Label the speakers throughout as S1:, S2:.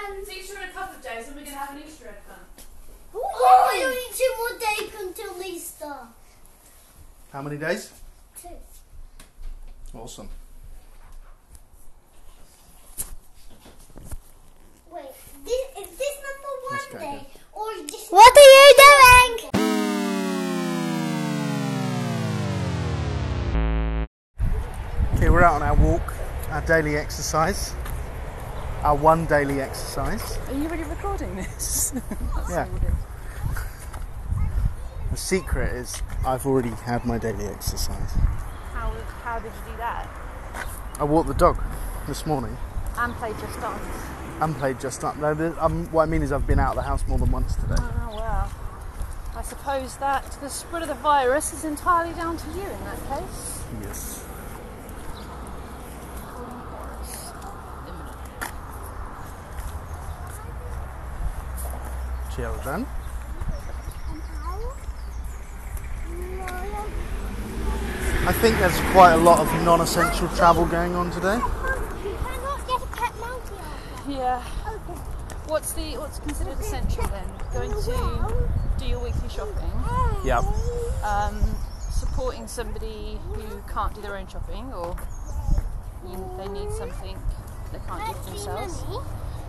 S1: um,
S2: guys, and we can have an Easter egg hunt.
S1: Oh, you need two more days until Easter.
S3: How many days?
S1: Two.
S3: Awesome.
S1: Wait, this, is this number
S3: Let's
S1: one
S3: go
S1: day? Or is this
S4: What are you doing?
S3: Okay, we're out on our walk, our daily exercise, our one daily exercise.
S5: Are you really recording this?
S3: Yeah. The secret is I've already had my daily exercise.
S5: how, how did you do that?
S3: I walked the dog this morning
S5: And play Just Dance.
S3: and played Just Up. No, the- um, what I mean is I've been out of the house more than once today.
S5: Oh, well. I suppose that the spread of the virus is entirely down to you in that case.
S3: Yes. Children. I think there's quite a lot of non-essential travel going on today.
S1: You cannot get a pet monkey
S5: Yeah.
S1: out. Okay.
S5: What's the what's considered essential then? Going to do your weekly shopping,
S3: Yep.
S5: um, supporting somebody who can't do their own shopping or you, they need something they can't do for themselves.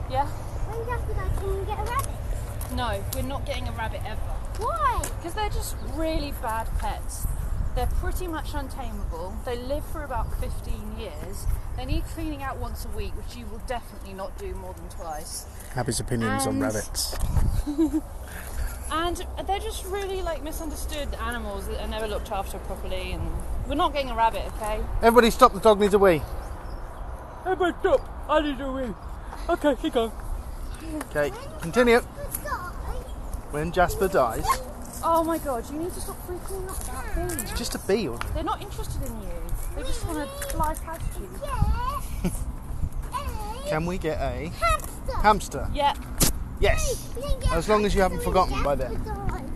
S5: Yeah.
S1: When's after that can you get a rabbit?
S5: No, we're not getting a rabbit ever.
S1: Why?
S5: Because they're just really bad pets. They're pretty much untamable. They live for about 15 years. They need cleaning out once a week, which you will definitely not do more than twice.
S3: Abby's opinions on
S5: And-
S3: rabbits.
S5: And they're just really like misunderstood animals that are never looked after properly. And we're not getting a rabbit, okay?
S3: Everybody stop, the dog needs a wee.
S5: Everybody stop! I need a wee. Okay, keep going.
S3: Okay, continue.
S1: But stop.
S3: When Jasper dies,
S5: Oh my god, you need to stop freaking out that thing.
S3: it's just a bee. Or...
S5: They're not interested in you. They just want to fly past you.
S1: Yeah. Hey,
S3: Can we get a
S1: hamster.
S3: hamster?
S5: Yeah.
S3: Yes. As long as you haven't forgotten by then.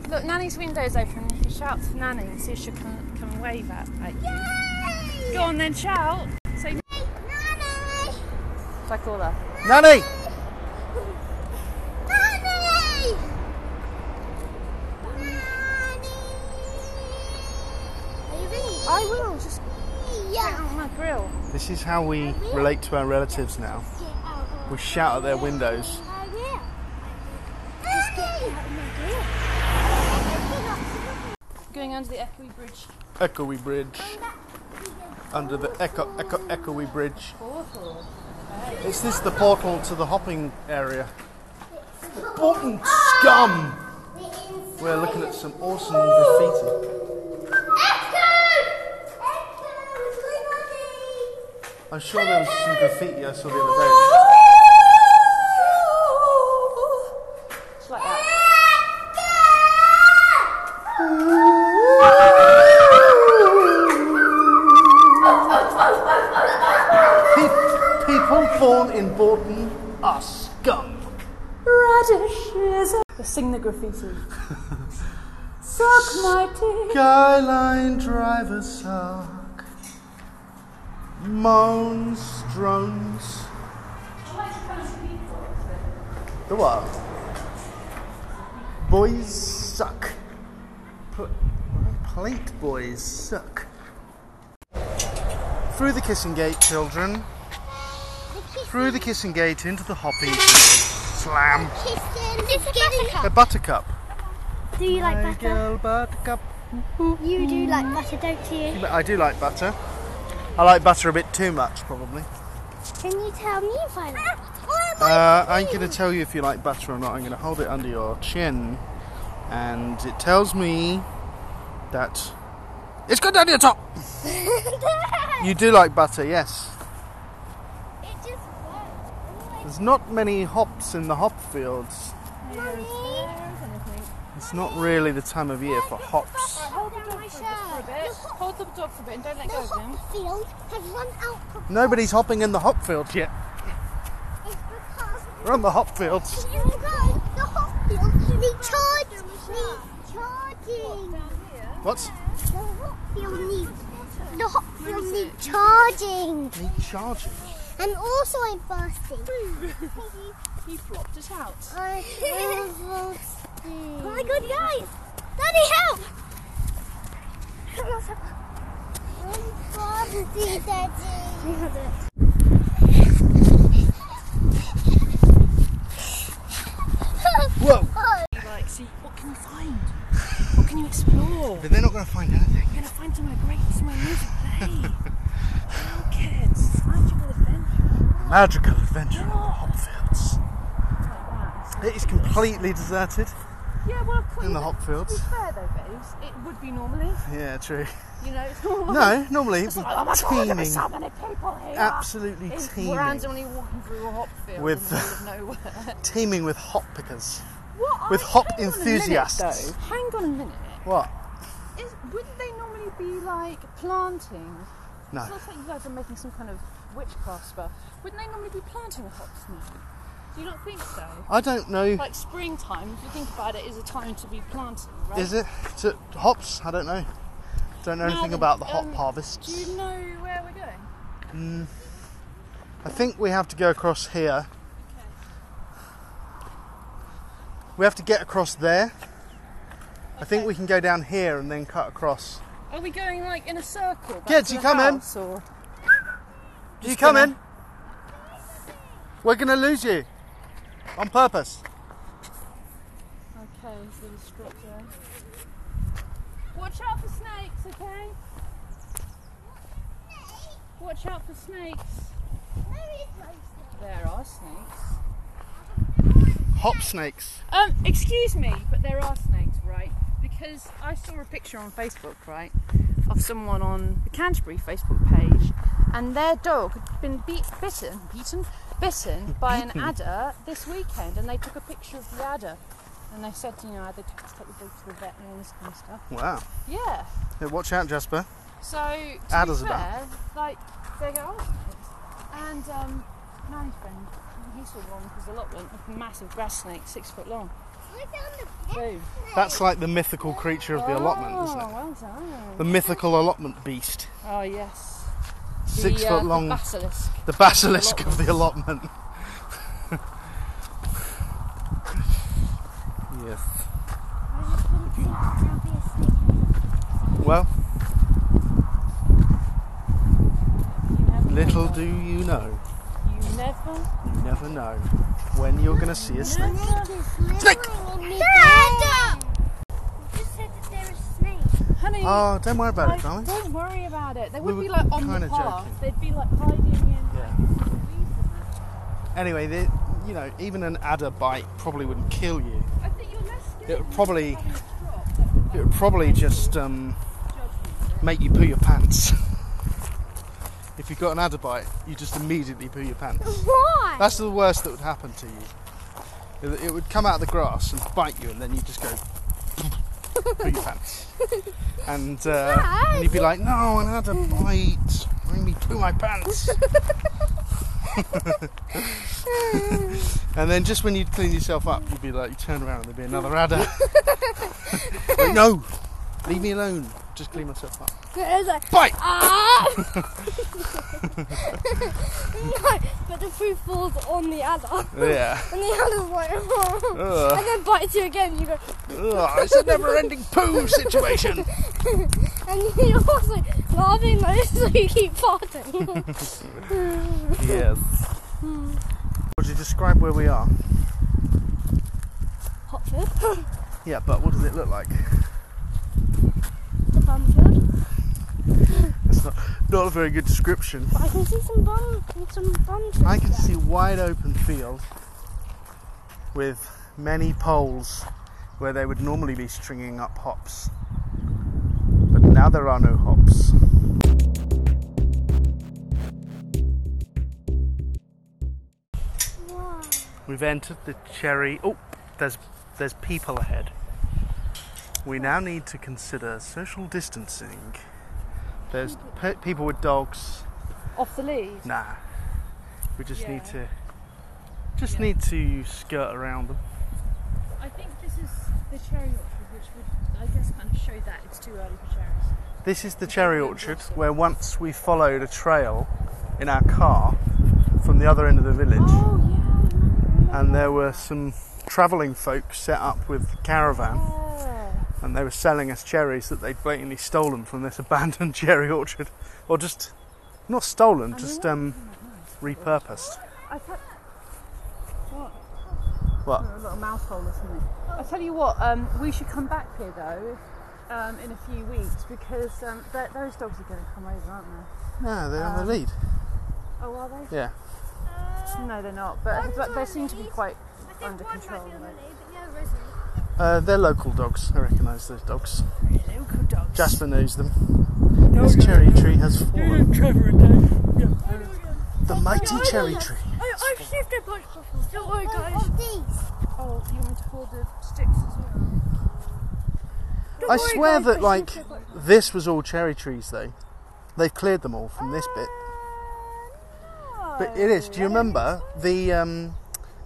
S5: Look, Nanny's window's open. You can shout to Nanny and see if she can, can wave at, at you. Go on then, shout. So you I call her.
S3: Nanny!
S5: I will, just
S1: Yeah.
S5: on my grill.
S3: This is how we relate to our relatives now. We shout at their windows.
S1: I will. Just get out of my grill.
S5: Going under the Echoey Bridge.
S3: Echoey Bridge. Under the Echo, Echo, Echoey Bridge. Is this the portal to the hopping area? Button scum! We're looking at some awesome graffiti. I'm sure there was some graffiti I saw the other day.
S5: Just like that.
S3: Pe- People born in Borden are scum.
S5: Just sing the graffiti.
S3: Skyline driver suck. Moans, drones. The what? Boys suck. Pl- plate boys suck. Through the kissing gate, children. Through the kissing gate into the hopping slam. A buttercup.
S1: Do you like
S3: Hey
S1: butter?
S3: girl, buttercup.
S1: You do like butter, don't you?
S3: But I do like butter. I like butter a bit too much, probably.
S1: Can you tell me if I like butter?
S3: Uh, I'm going to tell you if you like butter or not. I'm going to hold it under your chin, and it tells me that it's good down to your top. You do like butter, yes.
S1: it just works.
S3: There's not many hops in the hop fields. It's not really the time of year for hops.
S1: Hold down my shirt.
S5: Hold the dog for a bit and don't let
S1: The
S5: go of him.
S1: hop field has run out of
S3: Nobody's hopping in the hop field yet.
S1: It's because
S3: We're on the hop fields.
S1: you guys, the hop field needs charge, needs charging.
S3: What's
S1: The hop field needs, the hop field needs charging.
S3: need charging?
S1: And also I'm thirsty.
S5: You flopped it out.
S1: I am thirsty. Oh my god, guys! Daddy, help! I'm thirsty, Daddy.
S3: Whoa!
S1: Oh,
S5: You like, see, what can you find? What can you explore?
S3: But they're not going to find anything.
S5: You're gonna find some of my great, some of my music play. Well, kids, magical adventure
S3: Magical adventure in the Hopfields.
S5: like that.
S3: It is completely deserted.
S5: Yeah, well, quite,
S3: In the
S5: to
S3: Hopfields.
S5: be fair though, babes, it would be normally.
S3: Yeah, true.
S5: You know, it's all like,
S3: No, normally it
S5: it's like, oh my god,
S3: would be
S5: there's
S3: teeming
S5: so many people here.
S3: Absolutely
S5: It's-
S3: teeming.
S5: We're randomly walking through a hop field
S3: With-
S5: in the middle of nowhere.
S3: teeming with hop pickers.
S5: What?
S3: With
S5: I-
S3: hop
S5: hang on a minute,
S3: enthusiasts.
S5: though. hang on a minute.
S3: What?
S5: Is, wouldn't they normally be like planting?
S3: No.
S5: It's not like you guys are making some kind of witchcraft spell. Wouldn't they normally be planting a hop now? Do you not think so?
S3: I don't know.
S5: Like springtime, if you think about it, is a time to be planting, right?
S3: Is it? Is it hops? I don't know. Don't know
S5: Now
S3: anything
S5: then,
S3: about the hop
S5: um, Do
S3: harvests.
S5: you know where we're going?
S3: I think we have to go across here. We have to get across there. I think we can go down here and then cut across.
S5: Are we going like in a circle? Back
S3: Kids,
S5: to
S3: you
S5: the
S3: come in?
S5: house, Or...
S3: Do you come in? We're gonna lose you. On purpose.
S5: Okay, so the strip there. Watch out for snakes, okay? Watch out for snakes.
S1: where is my
S5: There are snakes.
S3: Hop snakes.
S5: Um, excuse me, but there are snakes, right? Because I saw a picture on Facebook, right, of someone on the Canterbury Facebook page, and their dog had been beat, bitten, beaten, bitten by an adder this weekend, and they took a picture of the adder, and they said, you know, they had to take the dog to the vet and all this kind of stuff.
S3: Wow.
S5: Yeah.
S3: Yeah, watch out, Jasper.
S5: So to be
S3: Adders are
S5: fair,
S3: bad.
S5: like they go, oh, and um, my friend, he saw one because the lot went a massive grass snake, six foot long. Boom.
S3: That's like the mythical creature of the allotment, isn't
S5: oh,
S3: it?
S5: well done.
S3: The mythical allotment beast.
S5: Oh yes.
S3: Six
S5: the, uh,
S3: foot
S5: the
S3: long.
S5: basilisk.
S3: The basilisk of the allotment. yes. Well,
S5: You never
S3: little
S5: know.
S3: do you know,
S5: You never.
S3: you never know when you're going to see a snake.
S1: Snake! Dad! You just said that there is a snake.
S5: Honey.
S3: Oh, don't worry about
S5: like,
S3: it, darling.
S5: don't worry about it. They
S3: We
S5: would be
S3: were
S5: like on the
S3: kinda
S5: path.
S3: joking.
S5: They'd be like hiding in.
S3: Yeah. Anyway, the, you know, even an adder bite probably wouldn't kill you.
S5: I think you're less scared.
S3: It would
S5: than
S3: probably-
S5: having a drop than
S3: It would probably just um,
S5: judgment.
S3: make you poo your pants. if you got an adder bite, you just immediately poo your pants.
S1: Why?
S3: That's the worst that would happen to you. It- It would come out of the grass and bite you, and then you just go poo your pants, and, uh, and you'd be like, "No, an adder bite! Made me poo my pants." and then just when you'd clean yourself up, you'd be like, you turn around and there'd be another adder. like, no, leave me alone. Just clean myself up.
S1: It's like,
S3: Bite.
S1: ah! no, but the fruit falls on the other.
S3: Yeah.
S1: And the other's like,
S3: Ugh.
S1: and then bites you again. You go,
S3: Ugh, it's a never-ending poo situation.
S1: and you're also laughing like this, so you keep farting.
S3: Yes. Would you describe where we are?
S1: Hotfield,
S3: Yeah, but what does it look like?
S1: the bumfield.
S3: It's not, not a very good description.
S1: But I can see some bum, some bum trees
S3: I can
S1: there.
S3: see wide open field with many poles where they would normally be stringing up hops. But now there are no hops.
S1: Wow.
S3: We've entered the cherry. Oh, there's there's people ahead. We now need to consider social distancing. There's pe- people with dogs.
S5: Off the lead.
S3: Nah. We just need
S5: Yeah.
S3: to just
S5: Yeah.
S3: need to skirt around them.
S5: I think this is the cherry orchard, which would, I guess, kind of show that it's too early for cherries.
S3: This is the cherry
S5: Okay,
S3: orchard
S5: awesome.
S3: where once we followed a trail in our car from the other end of the village,
S5: Oh yeah.
S3: and there were some travelling folk set up with the caravan, and they were selling us cherries that they'd blatantly stolen from this abandoned cherry orchard, or just not stolen, just um, repurposed.
S5: I tell- what?
S3: What?
S5: A little mouse hole or something. I tell you what, um, we should come back here though, um, in a few weeks because um, th- those dogs are going to come over, aren't they?
S3: No, Ah, they're on
S5: Um,
S3: the lead.
S5: Oh, are they?
S3: Yeah.
S5: No, they're not. But, but they seem to be quite.
S1: I think
S5: Under
S1: one
S5: control,
S1: might be on the
S5: though.
S1: lead, but the other isn't.
S3: Uh, they're local dogs. I recognise those dogs.
S5: Local dogs.
S3: Jasper knows them. This cherry tree has fallen.
S2: Trevor and Dave.
S3: The mighty cherry tree.
S2: I, I've saved their punch bottles. Don't worry, guys.
S1: Of these.
S5: Oh, you want me to hold the sticks as well?
S2: Don't
S3: I
S2: worry,
S3: swear
S2: guys,
S3: that
S2: I
S3: like
S2: saved their punch
S3: this was all cherry trees though. They've cleared them all from this bit.
S1: Um,
S3: But it is. Do you remember the um,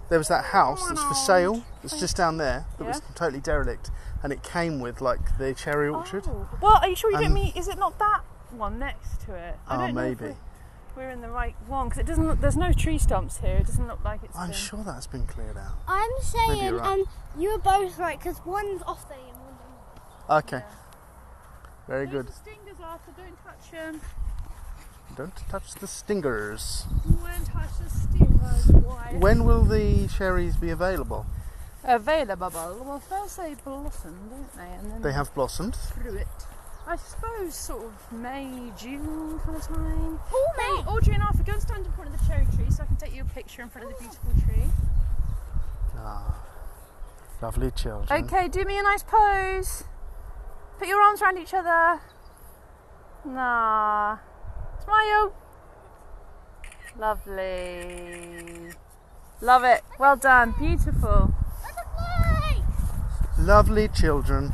S3: there was that house that's for sale that's just down there that was totally derelict and it came with like the cherry orchard.
S5: Oh. Well, are you sure you
S3: Um,
S5: don't mean? Is it not that one next to it? I
S3: Oh,
S5: don't know if
S3: maybe.
S5: we're- We're in the right one because it doesn't look. There's no tree stumps here. It doesn't look like it's.
S3: I'm
S5: been-
S3: sure that's been cleared out.
S1: I'm saying,
S3: right.
S1: and you were both right because one's off the and one's on.
S3: Okay. Very
S5: Those
S3: good.
S5: are stingers Arthur. Don't touch them.
S3: Don't touch the stingers.
S5: Won't touch the stingers. Why?
S3: When will the cherries be available?
S5: Available. Well, first they blossom, don't they? And then
S3: They have blossomed.
S5: through it. I suppose sort of May, June kind of time.
S1: Oh,
S5: Hey, Audrey and Arthur, go and stand in front of the cherry tree so I can take you a picture in front of the beautiful tree.
S3: Ah, lovely children.
S5: Okay, do me a nice pose. Put your arms around each other. Nah. Smile. Lovely. Love it. Well done. Beautiful.
S1: Butterfly!
S3: Lovely children.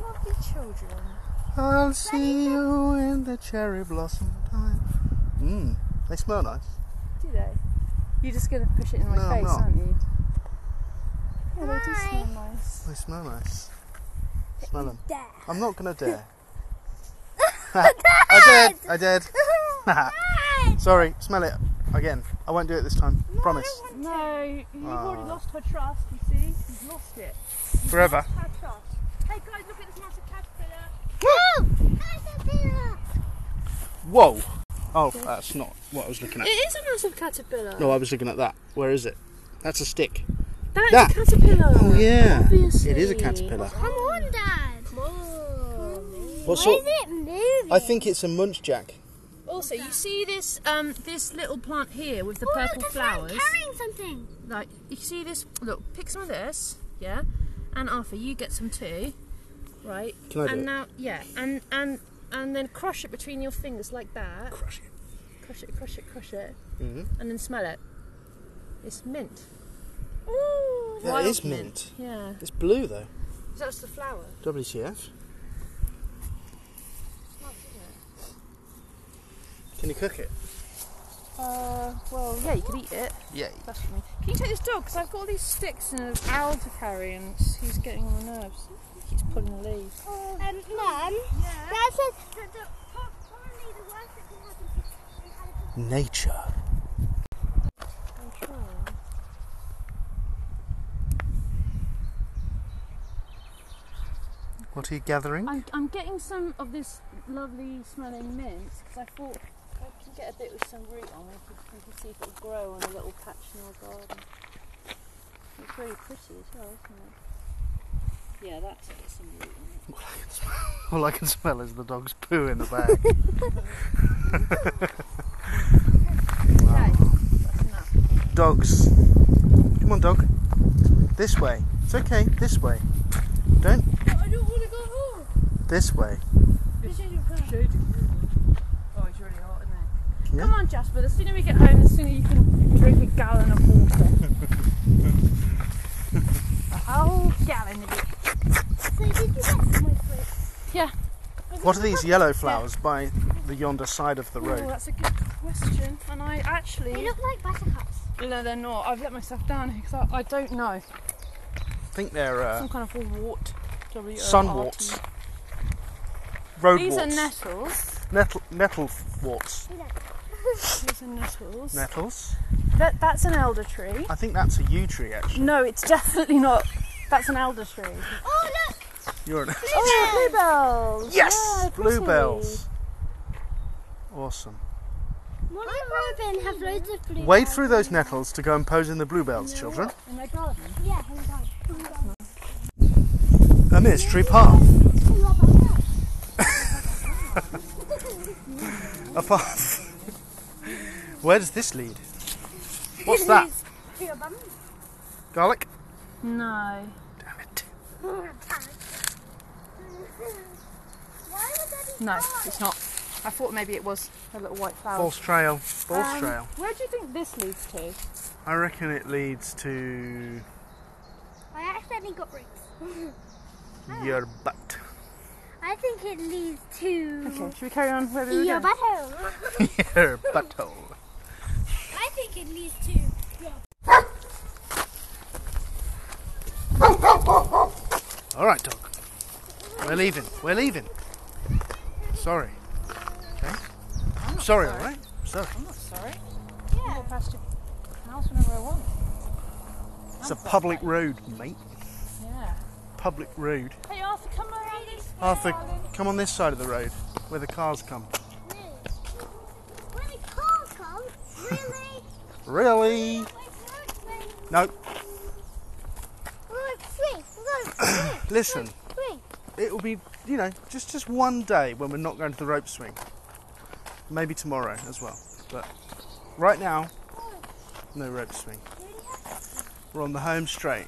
S5: Lovely children.
S3: I'll see you in the cherry blossom time. Mmm, they smell nice.
S5: Do they? You're just going to push it in my
S3: No, I'm
S5: face,
S3: not.
S5: aren't you? Yeah, they do
S1: Hi.
S5: smell nice.
S3: They smell nice. Smell them.
S1: Dad.
S3: I'm not gonna dare. I did. I did.
S1: Dad!
S3: Sorry. Smell it again. I won't do it this time. Promise.
S5: No, you've already
S3: Ah.
S5: lost her trust, you see? You've lost it.
S3: Forever.
S5: Her trust.
S2: Hey, guys, look at this massive caterpillar.
S1: Caterpillar!
S3: Whoa. Oh, that's not what I was looking at.
S2: It is a massive caterpillar.
S3: No, I was looking at that. Where is it? That's a stick.
S2: That is
S3: That.
S2: a caterpillar.
S3: Oh yeah.
S2: Obviously.
S3: It is a caterpillar.
S1: Come on, Dad.
S2: Come on.
S3: What
S1: Why
S3: sort?
S1: is it moving?
S3: I think it's a munchjack.
S5: Also, you see this um, this little plant here with the
S1: Oh,
S5: purple
S1: look, there's someone
S5: flowers?
S1: carrying something.
S5: Like, you see this? Look, pick some of this, yeah? And Arthur, you get some too, right?
S3: Can I do
S5: and
S3: it?
S5: now, yeah, and, and, and then crush it between your fingers like that.
S3: Crush it.
S5: Crush it, crush it, crush it.
S3: Mhm.
S5: And then smell it. It's mint.
S1: Ooh,
S3: That
S5: Wild
S3: is mint.
S5: Yeah.
S3: It's blue though.
S5: That's the flower.
S3: WTF? Can you cook it?
S5: Uh, well, yeah, you could eat it.
S3: Yay.
S5: That's for me. Can you take this dog? Because I've got all these sticks and an owl to carry, and it's- he's getting on my nerves. He keeps pulling the leaves.
S1: Um, Mum,
S2: Yeah.
S1: Dad said that the, pro- probably the worst that can happen to an elephant.
S3: Nature. What are you gathering?
S5: I'm, I'm getting some of this lovely smelling mint because I thought if I can get a bit with some root on it, we could, we could see if it will grow on a little patch in our garden. It's really pretty as well, isn't it? Yeah, that's it. Some root on it.
S3: All I can smell is the dog's poo in the bag. Dogs. Come on, dog. This way. It's okay. This way. Don't.
S2: I don't want to go home.
S3: This way.
S2: This is your car.
S5: Oh, it's really hot, isn't it?
S3: Yeah.
S5: Come on, Jasper. The sooner we get home, the sooner you can drink a gallon of water. a whole gallon of it.
S1: So did you get some more fruit?
S3: What are these yellow flowers by the yonder side of the
S5: Oh,
S3: road?
S5: that's a good question. And I
S1: They
S5: actually.
S1: look like buttercups.
S5: No, they're not. I've let myself down here because I, I don't know.
S3: I think they're uh,
S5: Some kind of wart. W O R T.
S3: sunwarts. Roadwarts.
S5: These are nettles.
S3: nettle nettle warts.
S1: They look
S5: These are nettles.
S3: Nettles.
S5: That, that's an elder tree.
S3: I think that's a yew tree, actually.
S5: No, it's definitely not. That's an elder tree.
S1: Oh, look!
S3: You're an-
S5: Oh, bluebells.
S3: yes!
S5: Yeah, of course
S3: Bluebells. Awesome.
S1: My Robin have loads of blue.
S3: Wade through those nettles to go and pose in the bluebells, children.
S5: they will. In their garden.
S1: Yeah, hang on.
S3: A mystery path. A path. Where does this lead? What's that? Garlic?
S5: No.
S3: Damn it.
S5: No, it's not. I thought maybe it was a little white flower.
S3: False trail. False
S5: Um,
S3: trail.
S5: Where do you think this leads to?
S3: I reckon it leads to
S1: I accidentally got bricks.
S3: your butt.
S1: I think it leads to
S5: Okay, should we carry on where we were
S1: your
S5: going?
S1: butthole.
S3: your butthole.
S1: I think it leads to
S3: All right, dog. We're leaving. We're leaving. Sorry. Okay. Sorry, all right? Sorry.
S5: I'm not sorry. I
S1: yeah.
S5: walk past your house whenever I want.
S3: It's a public road, mate.
S5: Yeah.
S3: Public road.
S5: Hey Arthur, come around this way,
S3: Arthur,
S5: darling.
S3: come on this side of the road where the cars come.
S1: When the car comes, really?
S3: Really? No.
S1: Look, swing, look, swing,
S3: Listen,
S1: swing.
S3: it will be, you know, just just one day when we're not going to the rope swing. Maybe tomorrow as well. But right now, no rope swing. We're on the home straight.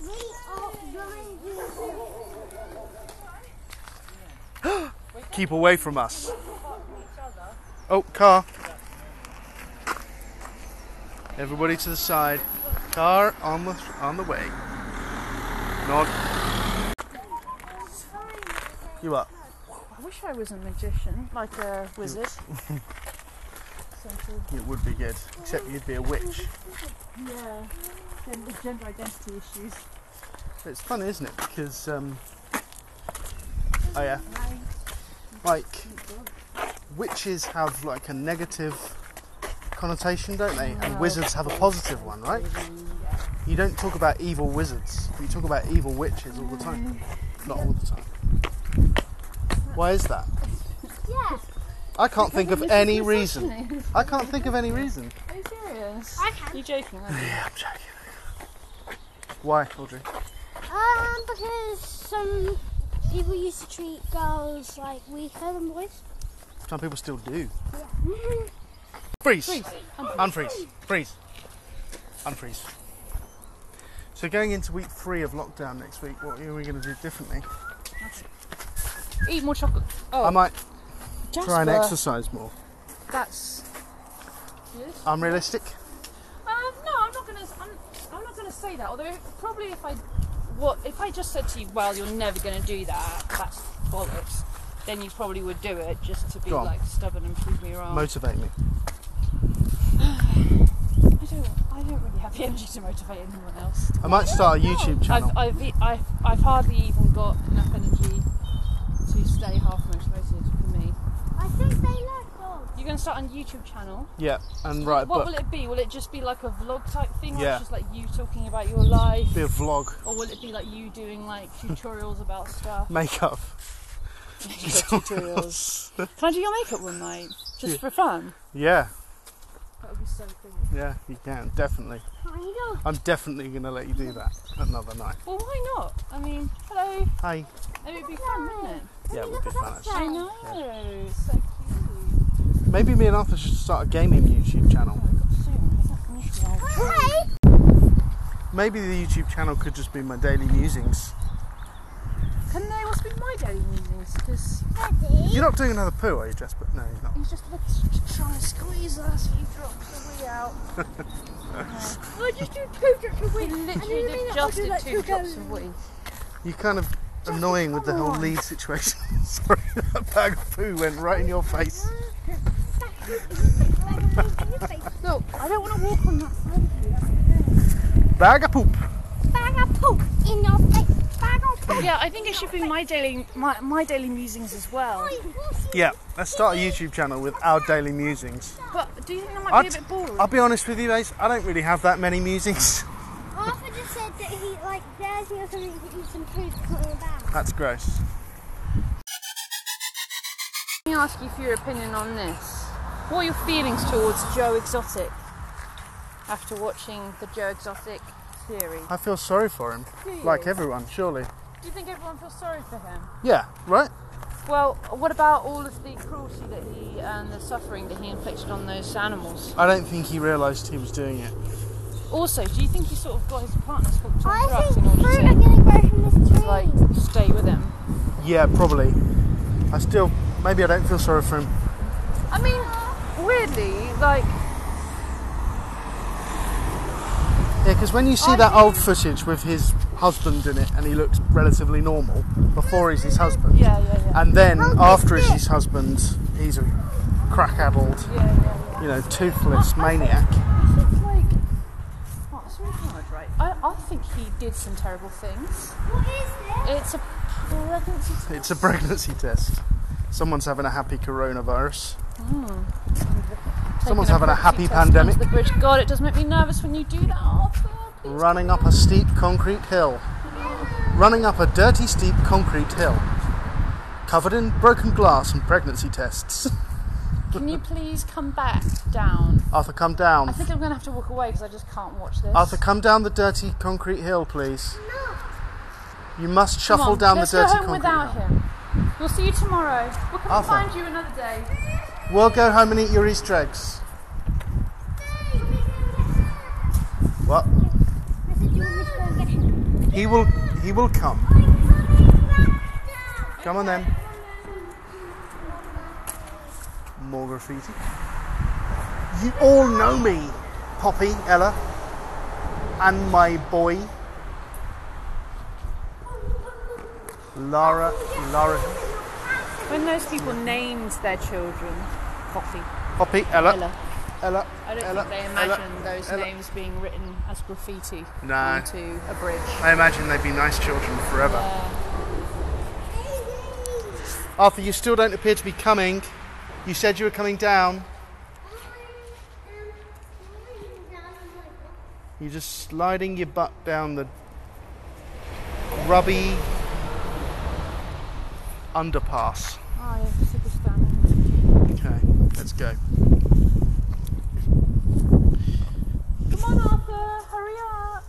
S1: We are going to
S3: Keep away from us. Oh, car. Everybody to the side. Car on the on the way. Nod. You up?
S5: I wish I was a magician, like a wizard.
S3: It would be good, except you'd be a witch.
S5: yeah. Gender, gender identity issues.
S3: It's fun, isn't it? Because um, oh yeah, like witches have like a negative connotation, don't they? And wizards have a positive one, right? You don't talk about evil wizards. You talk about evil witches all the time. Not all the time. Why is that?
S1: Yeah,
S3: I can't think of any reason. I can't think of any reason.
S5: Are you serious?
S1: I can.
S5: you joking? aren't you?
S3: Yeah, I'm joking. Why, Audrey?
S1: Um, because some people used to treat girls like weaker than boys.
S3: Some people still do.
S5: Mm-hmm.
S1: Mhm.
S3: Freeze. Unfreeze. Freeze. Unfreeze. So going into week three of lockdown next week, what are we going to do differently?
S5: Eat more chocolate. Oh,
S3: I might
S5: Jasper.
S3: try and exercise more.
S5: That's. Good.
S3: I'm realistic.
S5: Um, no, I'm not gonna. I'm, I'm not gonna say that. Although probably if I, what if I just said to you, well, you're never gonna do that. That's bollocks. Then you probably would do it just to be
S3: Go on.
S5: like stubborn and prove me wrong.
S3: Motivate me.
S5: I don't. I don't really have the energy to motivate anyone else.
S3: I might start a YouTube channel.
S5: I've, I've, e- I've, I've hardly even got enough energy to stay half motivated for me.
S1: I think they like dogs.
S5: You're gonna start a YouTube channel.
S3: Yeah, and write a
S5: what
S3: book.
S5: will it be? Will it just be like a vlog type thing, or
S3: Yeah.
S5: it's just like you talking about your life?
S3: Be a vlog.
S5: Or will it be like you doing like tutorials about stuff?
S3: Makeup.
S5: tutorials. Can I do your makeup one night? Just for fun?
S3: yeah,
S5: That would be so cool.
S3: yeah, you can, definitely.
S1: Tiny dogs.
S3: I'm definitely going to let you do that another night.
S5: Well, why not? I mean, hello.
S3: Hey.
S5: It would be fun, wouldn't it?
S3: Yeah, it would be fun actually.
S5: I know. So cute.
S3: Maybe me and Arthur should start a gaming YouTube channel.
S5: Oh, God, soon. It's not finished yet.
S1: Hey,
S3: Maybe the YouTube channel could just be my daily musings.
S5: Can they also be my daily musings? Because
S1: Daddy.
S3: You're not doing another poo, are you, Jasper? No, he's not.
S5: he's just look- t- trying to squeeze the last few drops of wee out.
S1: I just do two drops of
S5: We
S1: wheat.
S5: literally
S1: did just
S5: did just
S1: do
S5: did
S1: like
S5: two
S1: two
S5: drops
S1: gallons.
S5: of wee.
S3: You're kind of annoying with the whole lead situation. Sorry, that bag of poo went right in your face.
S5: Look, I don't want to walk on that side of you.
S3: Bag of poop.
S1: Bag of poop in your face. Bag of
S5: Yeah, I think it should be my daily my, my daily musings as well.
S3: Yeah, let's start a YouTube channel with our daily musings.
S5: But do you think that might
S3: I'd-
S5: be a bit boring?
S3: I'll be honest with you, Ace, I don't really have that many musings.
S1: Arthur just said that he like dares me or something to eat some fruit coming back.
S3: That's gross.
S5: Let me ask you for your opinion on this. What are your feelings towards Joe Exotic after watching the Joe Exotic theory?
S3: I feel sorry for him.
S5: Do
S3: Like
S5: you?
S3: everyone, surely.
S5: Do you think everyone feels sorry for him?
S3: Yeah, right?
S5: Well, what about all of the cruelty that he and the suffering that he inflicted on those animals?
S3: I don't think he realised he was doing it.
S5: Also, do you think he sort of got his partners hooked on
S1: I
S5: drugs
S1: think
S5: in order
S1: fruit are
S5: to
S1: gonna grow from this tree.
S5: like stay with him?
S3: Yeah, probably. I still, maybe I don't feel sorry for him.
S5: I mean, weirdly, like
S3: Yeah, because when you see
S5: I
S3: that
S5: think-
S3: old footage with his husband in it and he looks relatively normal before he's his husband,
S5: yeah, yeah, yeah,
S3: and then after he's his husband, he's a crack addled,
S5: yeah, yeah. yeah.
S3: you know, toothless maniac.
S5: It's like, oh, it's really hard, right? I, I think he did some terrible things.
S1: What is this?
S5: It's a pregnancy
S3: It's a pregnancy test. Someone's having a happy coronavirus. Someone's having a happy pandemic.
S5: The bridge. God, it does make me nervous when you do that. Oh, God, please
S3: Running up a steep concrete hill. Running up a dirty, steep concrete hill. Covered in broken glass and pregnancy tests.
S5: Can you please come back down?
S3: Arthur, come
S5: I
S3: down.
S5: think I'm going to have to walk away because I just can't watch this.
S3: Arthur, come down the dirty concrete hill, please. You must
S5: Come on,
S3: shuffle down the
S5: let's
S3: dirty
S5: go home
S3: concrete
S5: without
S3: hill.
S5: him. We'll see you tomorrow. We'll come and
S3: Arthur.
S5: find you another day.
S3: We'll go home and eat your Easter eggs. What?
S1: I said, do you want me to go and get him?
S3: He will. He will come. Come on then. More graffiti. You all know me, Poppy, Ella, and my boy, Lara, Lara,
S5: When those people named their children Coffee,
S3: Poppy, Ella, Ella,
S5: Ella,
S3: Ella.
S5: I don't think they
S3: Ella,
S5: imagined those
S3: Ella.
S5: names being written as graffiti
S3: No.
S5: onto a bridge.
S3: I imagine they'd be nice children forever. Arthur, you still don't appear to be coming. You said you were coming down. You're just sliding your butt down the rubby underpass.
S5: I am super standing.
S3: Okay, let's go.
S5: Come on, Arthur, hurry up.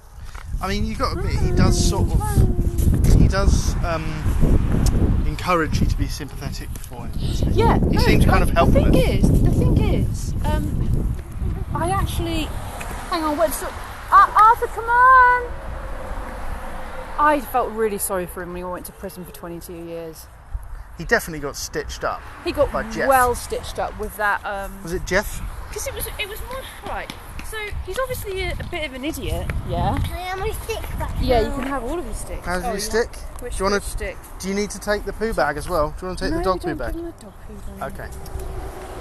S3: I mean, you got to admit, he does sort of, he does um, encourage you to be sympathetic for him. doesn't he?
S5: Yeah,
S3: He seems kind of
S5: The
S3: helpless.
S5: thing is, the thing is, um, I actually, hang on, wait, so, Ar- Arthur, come on. I felt really sorry for him when he went to prison for 22 years.
S3: He definitely got stitched up.
S5: He got
S3: By Jeff.
S5: well stitched up with that. Um,
S3: Was it Jeff?
S5: because it was, it was more right. So he's obviously a, a bit of an idiot. Yeah.
S1: Can I have my stick back?
S5: Yeah, you can have all of his sticks.
S3: How's
S5: Oh,
S3: your
S5: you-
S3: stick?
S5: Which,
S3: Do you wanna-
S5: which stick?
S3: Do you need to take the poo bag as well? Do you want to take the
S5: No,
S3: dog
S5: don't
S3: poo bag?
S5: give him a dog poo bag.
S3: Okay.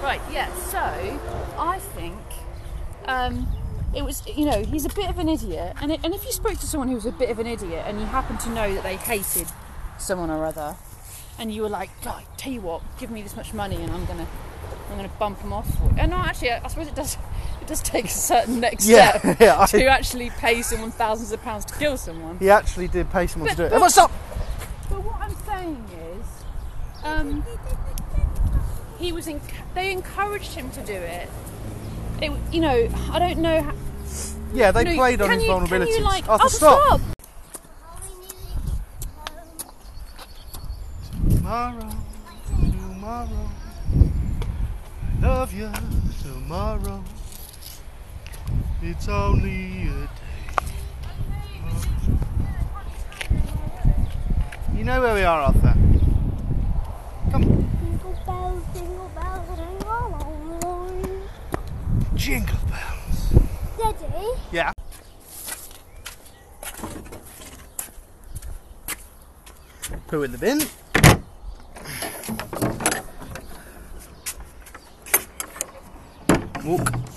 S5: Right, yeah, so I think um, it was, you know, he's a bit of an idiot. And, it, and if you spoke to someone who was a bit of an idiot and you happened to know that they hated someone or other, and you were like, God, tell you what, give me this much money and I'm going to. I'm going to bump them off. for it." And no, actually, I I suppose it does. It does take a certain next
S3: Yeah,
S5: step
S3: yeah, I-
S5: to actually pay someone thousands of pounds to kill someone.
S3: He actually did pay someone to
S5: But-
S3: do it.
S5: but-
S3: Everyone stop!
S5: But what I'm saying is, um, he was. Enc- they encouraged him to do it. it. You know, I don't know. How,
S3: Yeah, they
S5: you know,
S3: played on
S5: can
S3: his
S5: you,
S3: vulnerabilities.
S5: Can you like,
S3: Arthur,
S5: oh, stop.
S3: Tomorrow, tomorrow, I love you tomorrow. It's only a day. You know where we are, Arthur.
S1: Jingle bells, jingle bells, jingle all the way.
S3: Jingle bells.
S1: Daddy,
S3: Yeah. Poo in the bin. Walk.